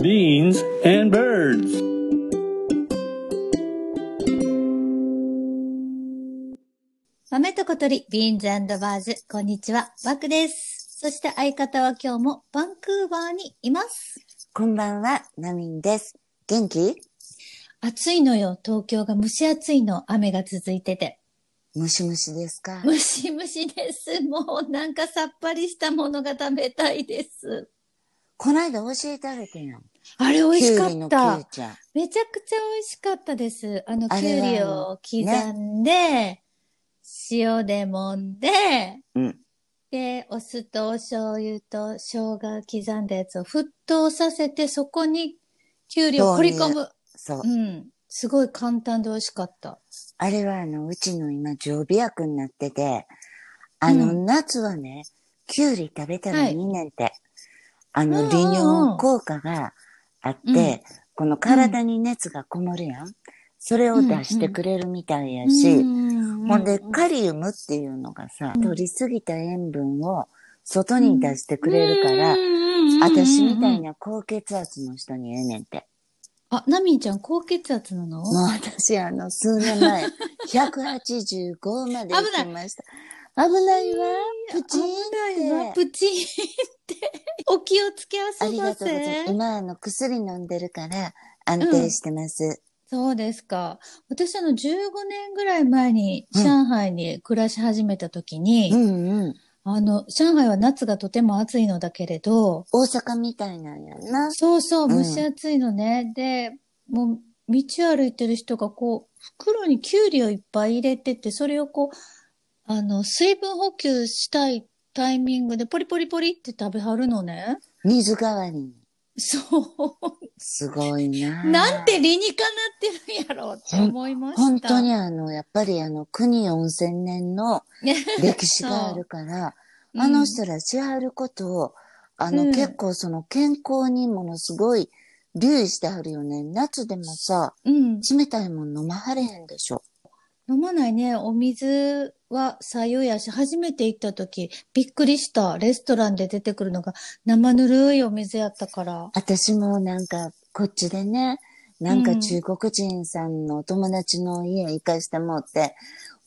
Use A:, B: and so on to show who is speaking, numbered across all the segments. A: beans, and birds.
B: 豆と小鳥、ビーンズバーズ、こんにちは、バクです。そして相方は今日もバンクーバーにいます。
C: こんばんは、ナミンです。元気
B: 暑いのよ、東京が蒸し暑いの、雨が続いてて。
C: ムシムシですか
B: ムシムシです。もうなんかさっぱりしたものが食べたいです。
C: こないだ教えてあげてんやん。
B: あれ美味しか
C: きゅうり
B: っ
C: の
B: た
C: きゅう。ちゃん。
B: めちゃくちゃ美味しかったです。あの、き
C: あれ
B: ゅう
C: は
B: りを刻んで、塩で揉んで、
C: うん
B: で、お酢とお醤油と生姜刻んだやつを沸騰させて、そこにきゅうりを掘り込む。
C: そう
B: う。ん。すごい簡単で美味しかった。
C: あれはあの、うちの今常備薬になってて、あの、
B: う
C: 夏はね、きゅうり食べたらいいねんて。あ
B: う
C: の、
B: ん
C: 利尿効果があって、
B: うん
C: この体に熱がこもるやん。それを出してくれるみたいやし、ほんで、カリウムっていうのがさ、
B: うん
C: 取りすぎた塩分を外に出してくれるから、私
B: 私
C: みたい。な高血圧の人にええねんて。
B: あ、ナミンちゃん高血圧なの
C: もう私、あの、数年前、185まで行きました。危ないわ。プチ
B: 危ない
C: ーン
B: わ
C: って。
B: プチンって。 お気をつけあ
C: あ
B: そ
C: り
B: ば
C: がとうござい
B: せ
C: ます。。今、あの、薬飲んでるから安定してます。
B: そうですか。私あの15年ぐらい前に
C: うん
B: 上海に暮らし始めた時に、
C: うん、うん、
B: あの、上海は夏がとても暑いのだけれど、
C: 大阪みたいなんやんな。
B: そうそう、
C: う
B: 蒸
C: ん
B: し暑いのね。で、もう道歩いてる人がこう、袋にキュウリをいっぱい入れてて、それをこう、あの、水分補給したいタイミングでポリポリポリって食べはるのね。
C: 水代わりに。
B: そう。
C: すごいな。
B: なんて理にかなってるんやろうって思いました。
C: 本当にあの、やっぱりあの、国4000年の
B: ね
C: 歴史があるから、
B: うん
C: あの人らしはることを、あの、
B: うん
C: 結構その健康にものすごい留意してはるよね。夏でもさ、
B: うん。
C: 冷たいもん飲まはれへんでしょ。
B: 飲まないね。お水は左右やし、初めて行った時、びっくりした。レストランで出てくるのが生ぬるいお水やったから。
C: 私もなんか、こっちでね、な
B: う
C: んか
B: ん
C: 中国人さんのお友達の家行かしてもって、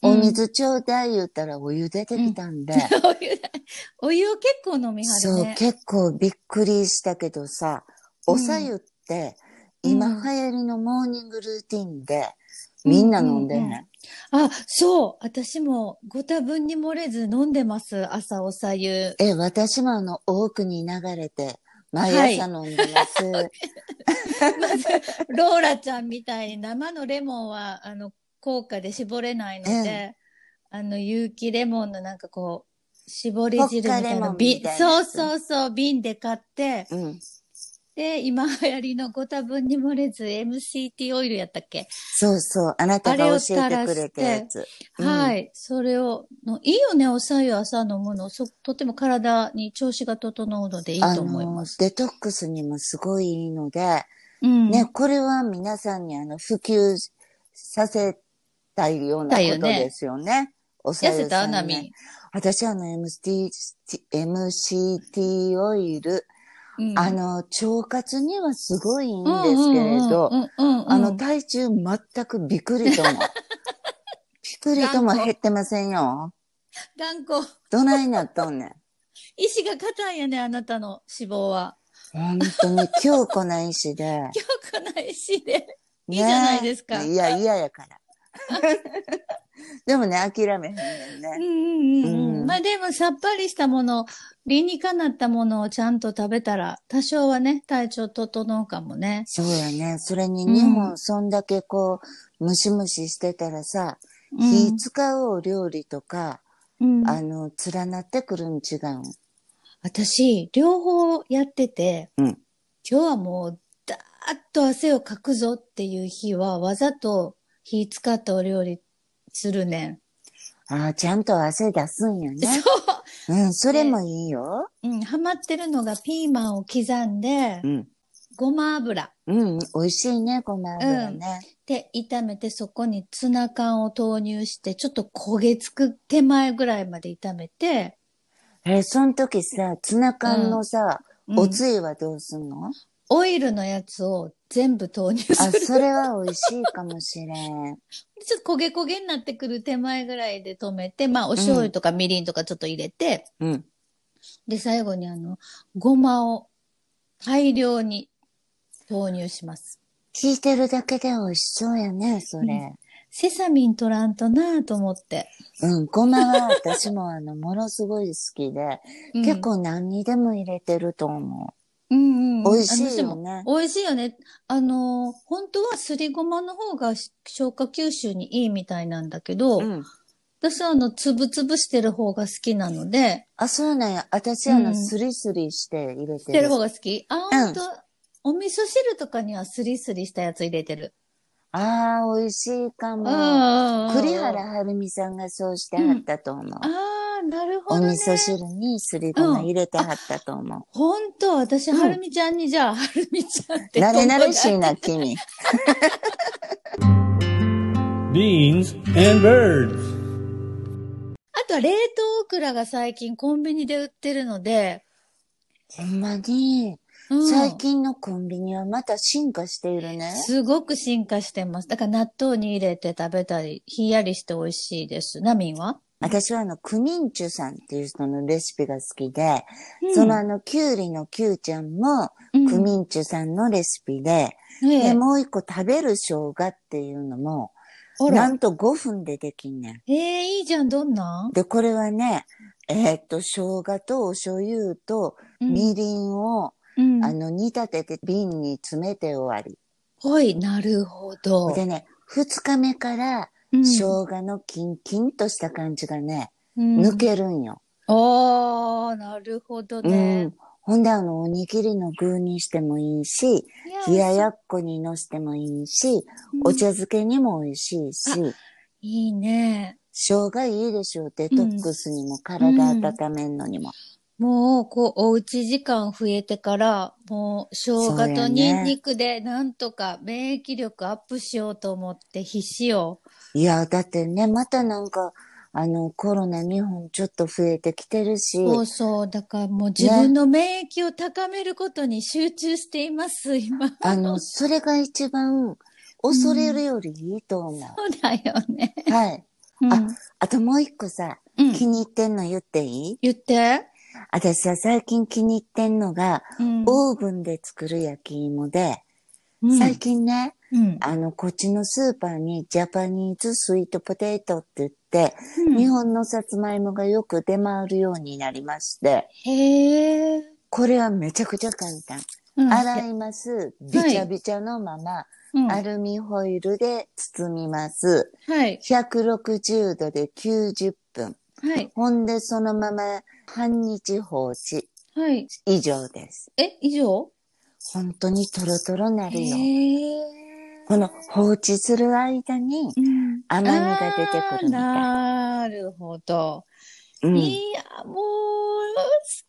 B: うん
C: お水ちょうだい言ったらお湯出てきたんで、
B: お湯だ、お湯を結構飲みは
C: そ
B: る
C: う、
B: ね。
C: 結構びっくりしたけどさ、おさゆって、
B: うん
C: 今
B: うん
C: 流行りのモーニングルーティンで、
B: うん
C: みんな飲んで
B: うんうん
C: ね。
B: あ、そう。私もご多分に漏れず飲んでます。朝おさゆ。
C: え、私もあの、多くに流れて、毎朝飲んで ます。
B: ローラちゃんみたいに生のレモンは、あの、効果で絞れないので、あの、有機レモンのなんかこう、絞り汁みた
C: ポッカ
B: い
C: レモ
B: な
C: ンみ
B: 瓶
C: たいな
B: そう
C: やつ
B: そうそう、瓶で買って、
C: うん。
B: で、今流行りのご多分に漏れず MCT オイルやったっけ、
C: そうそう、あなたが教えてくれたやつ。うん
B: はい。それをの、いいよね、おさゆ朝飲むの。そとても体に調子が整うのでいい
C: あ
B: と思い
C: の
B: ます。、
C: デトックスにもすごいいいので、
B: うん。
C: ね、これは皆さんにあの、普及させたいような
B: だ
C: こ
B: よ
C: と
B: ね
C: ですよね。おさ
B: 痩せ
C: ゆさ
B: た
C: ん、ね。
B: なみ。
C: 私あの MCT、MCT オイル、
B: うん
C: あ、の、腸活にはすごいいいんですけれど、
B: うんうんうんうん、
C: あの、体重全くびくり とも、びくりとも減ってませんよ。
B: 頑固。
C: どないなっとんねん。
B: 意志が硬いよね、あなたの脂肪は。
C: 本当に強固な意志で。ね
B: 強くないしで。
C: え
B: いいじゃないですか
C: いや、嫌やから。 でもね、諦めへんねん
B: うん
C: ね。
B: うんうんう。
C: うんん
B: まあでもさっぱりしたもの、理にかなったものをちゃんと食べたら、多少はね、体調整うかもね。
C: そうやね。それに
B: うん
C: 日本、そんだけこう、ムシムシしてたらさ、
B: うん
C: 火使うお料理とか、
B: うん、
C: あの、連なってくるん違うん。
B: 私、両方やってて、
C: うん
B: 今日はもう、だーっと汗をかくぞっていう日は、わざと火使ったお料理するね
C: ああ、ちゃんと汗出すんや
B: ん。 そ
C: ね。うん、それもいいよ。
B: う。うん、ハマってるのがピーマンを刻んで
C: う、ん。
B: ごま油。
C: うん、美味しいね、ごま油ね。
B: で、炒めてそこにツナ缶を投入して、ちょっと焦げつく手前ぐらいまで炒めて、
C: え、その時さ、ツナ缶のさ、
B: うん
C: おつゆはどうすんの
B: オイルのやつを全部投入 す
C: あ、
B: る。
C: それは美味しいかもしれん。
B: ちょっと焦げ焦げになってくる手前ぐらいで止めて、まあお醤油とかみりんとかちょっと入れて、
C: うん。
B: で、最後にあの、ごまを大量に投入します。
C: 聞いてるだけで美味しそうやね、それ。
B: セサミン取らんとなぁと思って。
C: うん、ごまは私もあの、ものすごい好きで、結構何にでも入れてると思
B: うん、うんう
C: う。
B: ん、
C: 美味
B: あ
C: しい
B: の
C: よ
B: でも
C: ね。
B: 美味しいよね。あの、本当はすりごまの方が消化吸収にいいみたいなんだけど、
C: うん。
B: 私はあの、つぶつぶしてる方が好きなので、
C: あ、そうなんや。私あ
B: う
C: の、
B: ん
C: スリスリして入れ
B: しててる
C: る。
B: 方が好きあ、
C: うん
B: ほんと。お味噌汁とかにはスリスリしたやつ入れてる。
C: ああ、美味しいかも。
B: ああ。
C: 栗原はるみさんがそうしてはったと思う。
B: ああ、なる
C: お
B: ほど、ね。
C: 味噌汁にすりごま入れてはったと思
B: ほんと、私、
C: うん
B: はるみちゃんに、じゃあ、 はるみちゃんっ
C: う。
B: て。
C: なれなれしいな、君。
A: Beans and birds.
B: あとは、冷凍オクラが最近コンビニで売ってるので、
C: ほんまに、
B: うん
C: 最近のコンビニはまた進化しているね。
B: すごく進化してます。だから、納豆に入れて食べたり、ひんやりして美味しいです。ナミンは
C: 私はあの、クミンチュさんっていう人のレシピが好きで、そのあの、キュウリのキュウちゃんも、クミンチュさんのレシピで、
B: うん、え
C: で、
B: え、
C: もう一個食べる生姜っていうのも、
B: あ
C: な
B: ら。
C: んと5分でできんねん。
B: ええいいじゃん、どんなん
C: で、これはね、えーっと、生姜とお醤油とみりんを、
B: うん。
C: あの、煮立てて瓶に詰めて終わり。
B: ほい、なるほど。
C: でね、2日目から
B: うん
C: 生姜のキンキンとした感じがね、
B: うん
C: 抜けるんよ。
B: ああ、なるほど
C: う
B: ね
C: ん。。ほんで、あの、おにぎりの具にしてもいいし、冷ややっこにのしてもいいし、お茶漬けにも美味しいし、
B: いいね。
C: 生姜いいでしょう、デトックスにも体温めんのにも。
B: もう、こう、おうち時間増えてから、もう、生
C: そう
B: 姜
C: や
B: と
C: ね
B: ニンニクで、なんとか免疫力アップしようと思って必死よ。
C: いや、だってね、またなんか、あの、コロナ日本ちょっと増えてきてるし、
B: そうそう。だからもう自分の免疫を高めることに集中しています、今。
C: あの、それが一番恐れるよりいいと思う。
B: そうだよね。
C: はい。
B: うん
C: ああともう一個さ、
B: うん
C: 気に入ってんの言っていい
B: 言って。
C: 私は最近気に入ってんのが、
B: うん
C: オーブンで作る焼き芋で、
B: うん
C: 最近ね、
B: うん
C: あの、こっちのスーパーにジャパニーズスイートポテトって言って、
B: うん
C: 日本のさつまいもがよく出回るようになりまして、
B: へえ。
C: これはめちゃくちゃ簡単。
B: うん
C: 洗います。びちゃびちゃのまま、
B: うん
C: アルミホイルで包みます。
B: はい。
C: 160度で90分。
B: はい。
C: ほんで、そのまま半日放置。
B: はい。
C: 以上です。
B: え、以上
C: 本当にトロトロなるよ。
B: へえ。
C: この放置する間に
B: うん
C: 甘みが出てくるみ
B: あ
C: た
B: ーな
C: い。
B: るほど。
C: う
B: いや、もう、好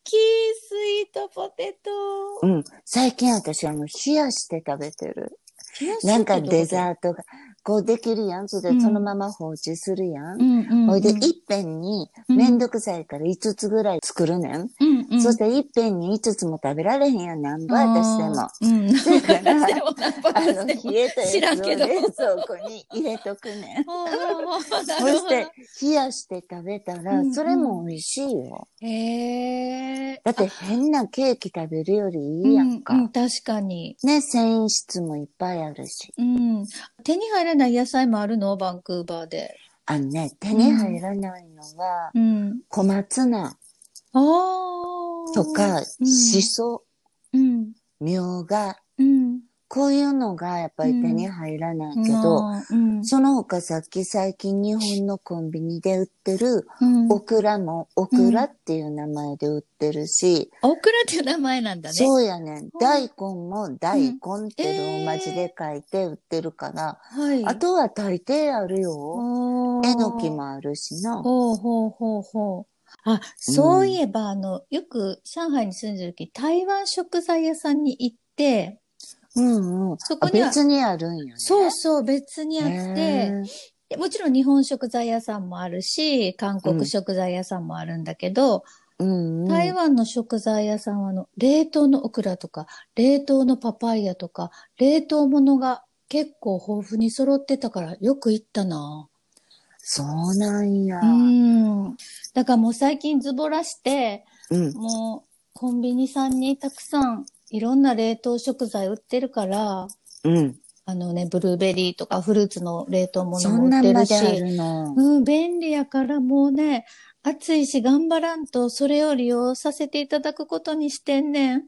B: き、スイートポテト。
C: ん。うん。最近私はもう冷やして食べてる。
B: 冷や
C: な
B: し
C: ん
B: って
C: か
B: どういうこと
C: デザートが、こうできるやん。それ
B: う
C: で
B: ん
C: そのまま放置するやん。
B: うんうん、うん。
C: ほいで、いっぺんに、めんどくさいから5つぐらい作るねん。
B: うん、うん。
C: そして、いっぺんに5つも食べられへんやん、なんぼ私でも。
B: うん。 うん、
C: せ やから
B: 何でも何
C: あ
B: 番
C: の、
B: でも。
C: 冷えた
B: 知ら
C: や
B: ん
C: つを
B: けど
C: 冷蔵庫に入れとく ねん。
B: ほうほうほうな
C: そ
B: る
C: し
B: ほ
C: て
B: ど。、
C: 冷やして食べた
B: う
C: ら
B: んうん、
C: それも美味しいよ。
B: へえ。
C: だって、変なケーキ食べるよりいいやん
B: うう
C: か。
B: 確かに。
C: ね、繊維質もいっぱいあるし。
B: うん。手に入らない野菜もあるのバンクーバーで。
C: あのね、手に入らないのは、
B: うん。
C: 小松菜
B: ああ。
C: とか、
B: うん
C: しそ、
B: うん。
C: みょうが、
B: うん。
C: こういうのがやっぱり手に入らないけど、
B: うん。
C: その他さっき最近日本のコンビニで売ってる
B: うん
C: オクラもオクラっていう名前で売ってるし、
B: オクラっていう名前なんだね。
C: そうやねん
B: ん。
C: 大根も大根ってローマ字で書いて売ってるから、
B: はい。
C: あ、とは大抵あるよ。えのき。もあるしな。
B: ほうほうほうほう。あ、そういえば、あの、よく上海に住んでる時、台湾食材屋さんに行って、
C: うんうん。
B: そこ
C: あ
B: には、
C: 別にあるんよね。
B: そうそう、別にあって、
C: へー
B: でもちろん日本食材屋さんもあるし、韓国食材屋さんもあるんだけど、
C: うんうん。
B: 台湾の食材屋さんは、あの、冷凍のオクラとか、冷凍のパパイヤとか、冷凍物が結構豊富に揃ってたから、よく行ったな
C: そうなんや。
B: うん。だからもう最近ズボラして、
C: うん。
B: もうコンビニさんにたくさんいろんな冷凍食材売ってるから、
C: うん。
B: あのね、ブルーベリーとかフルーツの冷凍物
C: そ
B: も
C: ん
B: 売
C: な
B: っ
C: ん
B: て
C: ま
B: る
C: であ
B: し。
C: るの。
B: うん、便利やからもうね、暑いし頑張らんと、それを利用させていただくことにしてんねん。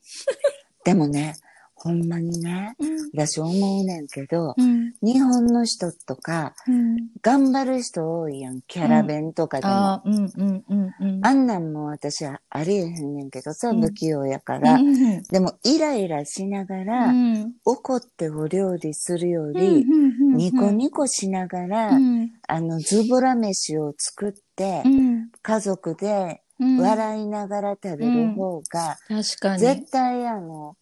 C: でもね、ほんまにね、
B: うん。
C: 私思うねんけど、
B: うん。
C: 日本の人とか、
B: うん。
C: 頑張る人多いやん。キャラ弁とかでも。
B: ああ、うん、うん、うん、うん。
C: あんなんも私はありえへんねんけどさ、
B: うん
C: 不器用やか
B: う
C: ら。
B: ん、うん。
C: でも、イライラしながら、
B: うん。
C: 怒ってお料理する
B: う
C: よ
B: ん、
C: り、
B: うん。
C: ニコニコしながら、
B: うん。
C: あの、ズボラ飯を作って、
B: うん。
C: 家族で
B: うん。
C: 笑いながら食べる方が、
B: 確かに。
C: 絶対あの、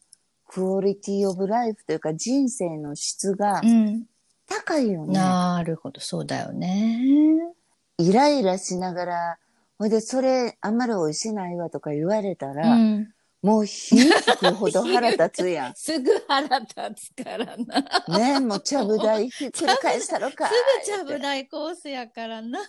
C: クオリティオブライフというか人生の質が
B: うん。
C: 高いよね。
B: なるほど、そうだよね。
C: イライラしながら、ほいで、それ、あんまり美味しないわとか言われた
B: う
C: ら、
B: ん、
C: もう火つくほど腹立つや
B: すぐ腹立つからな。
C: ん。ねえ、もうちゃぶ台ひっくり返したろか。
B: すぐちゃぶ台コースやからな。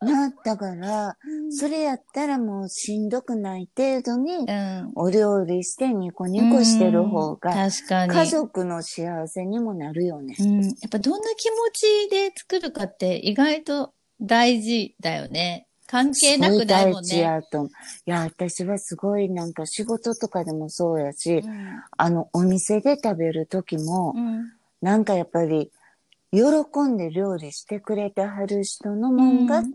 C: なったから、それやったらもうしんどくない程度に
B: うん。
C: お料理してニコニコしてる方が、
B: うん確かに。
C: 家族の幸せにもなるよね
B: う。ん。やっぱどんな気持ちで作るかって意外と大事だよね。関係なくないもん
C: すごい大事
B: ね。
C: やと思う。いや、私はすごいなんか仕事とかでもそうやし
B: う、ん
C: あの、お店で食べる時も
B: う、ん。
C: なんかやっぱり、喜んで料理してくれてはる人のもんが
B: うん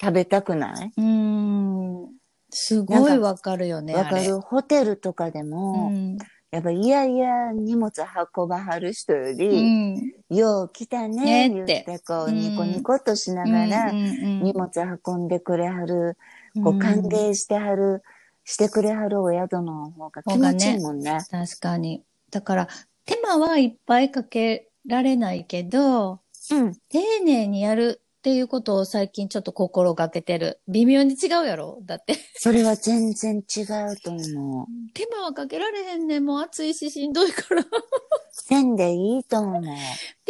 C: 食べたくない
B: うん。すごいわかるよね。
C: わ、か
B: あれ。
C: るホテルとかで
B: う
C: も、
B: ん。
C: やっぱいやいや荷物運ばはる人
B: う
C: より、
B: ん。
C: よう来たね、
B: ね
C: 言
B: っ
C: っててこ
B: う
C: う、
B: ん
C: ニコニコとしながら、荷
B: 荷
C: 物運んでくれはる、こう歓迎してはる、してくれはるお宿の方が気持ちいいもんね。
B: 確かに。だから、手間はいっぱいかけられないけど、
C: うん。
B: 丁寧にやるっていうことを最近ちょっと心がけてる。微妙に違うやろだって。
C: それは全然違うと思う。
B: 手間はかけられへんねん。もう暑いししんどいから。
C: せんでいいと思う。
B: で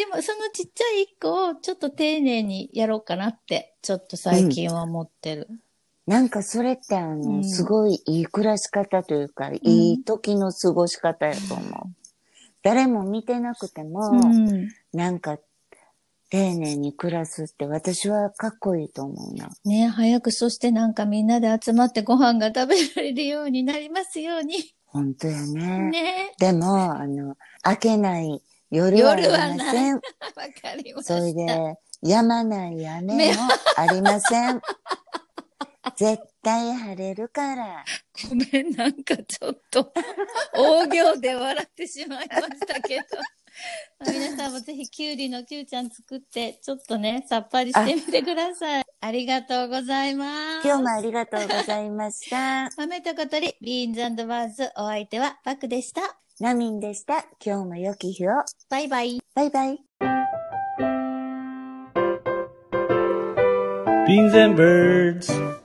B: も、そのちっちゃい一個をちょっと丁寧にやろうかなって、ちょっと最近は思ってる。
C: なんかそれってあの、
B: うん
C: すごいいい暮らし方というか、いい時の過ごし方やと思う。誰も見てなくても、
B: うん。
C: なんか、丁寧に暮らすって私はかっこいいと思うな。
B: ね早くそしてなんかみんなで集まってご飯が食べられるようになりますように。
C: 本当やね。
B: ね
C: でも、あの、明けない夜はありません。
B: わかりました。
C: それで、やまない雨もありません。絶対晴れるから。
B: ごめん、なんかちょっと大行で笑ってしまいました けど。皆さんもぜひきゅうりのきゅうちゃん作って、ちょっとね、さっぱりしてみてください。ありがとうございます。
C: 今日もありがとうございました。
B: 豆と小鳥、ビーンズバーズ、お相手はバクでした。
C: ナミンでした。今日も良き日を。
B: バイバイ。
C: バイバイ。
A: Beans and birds.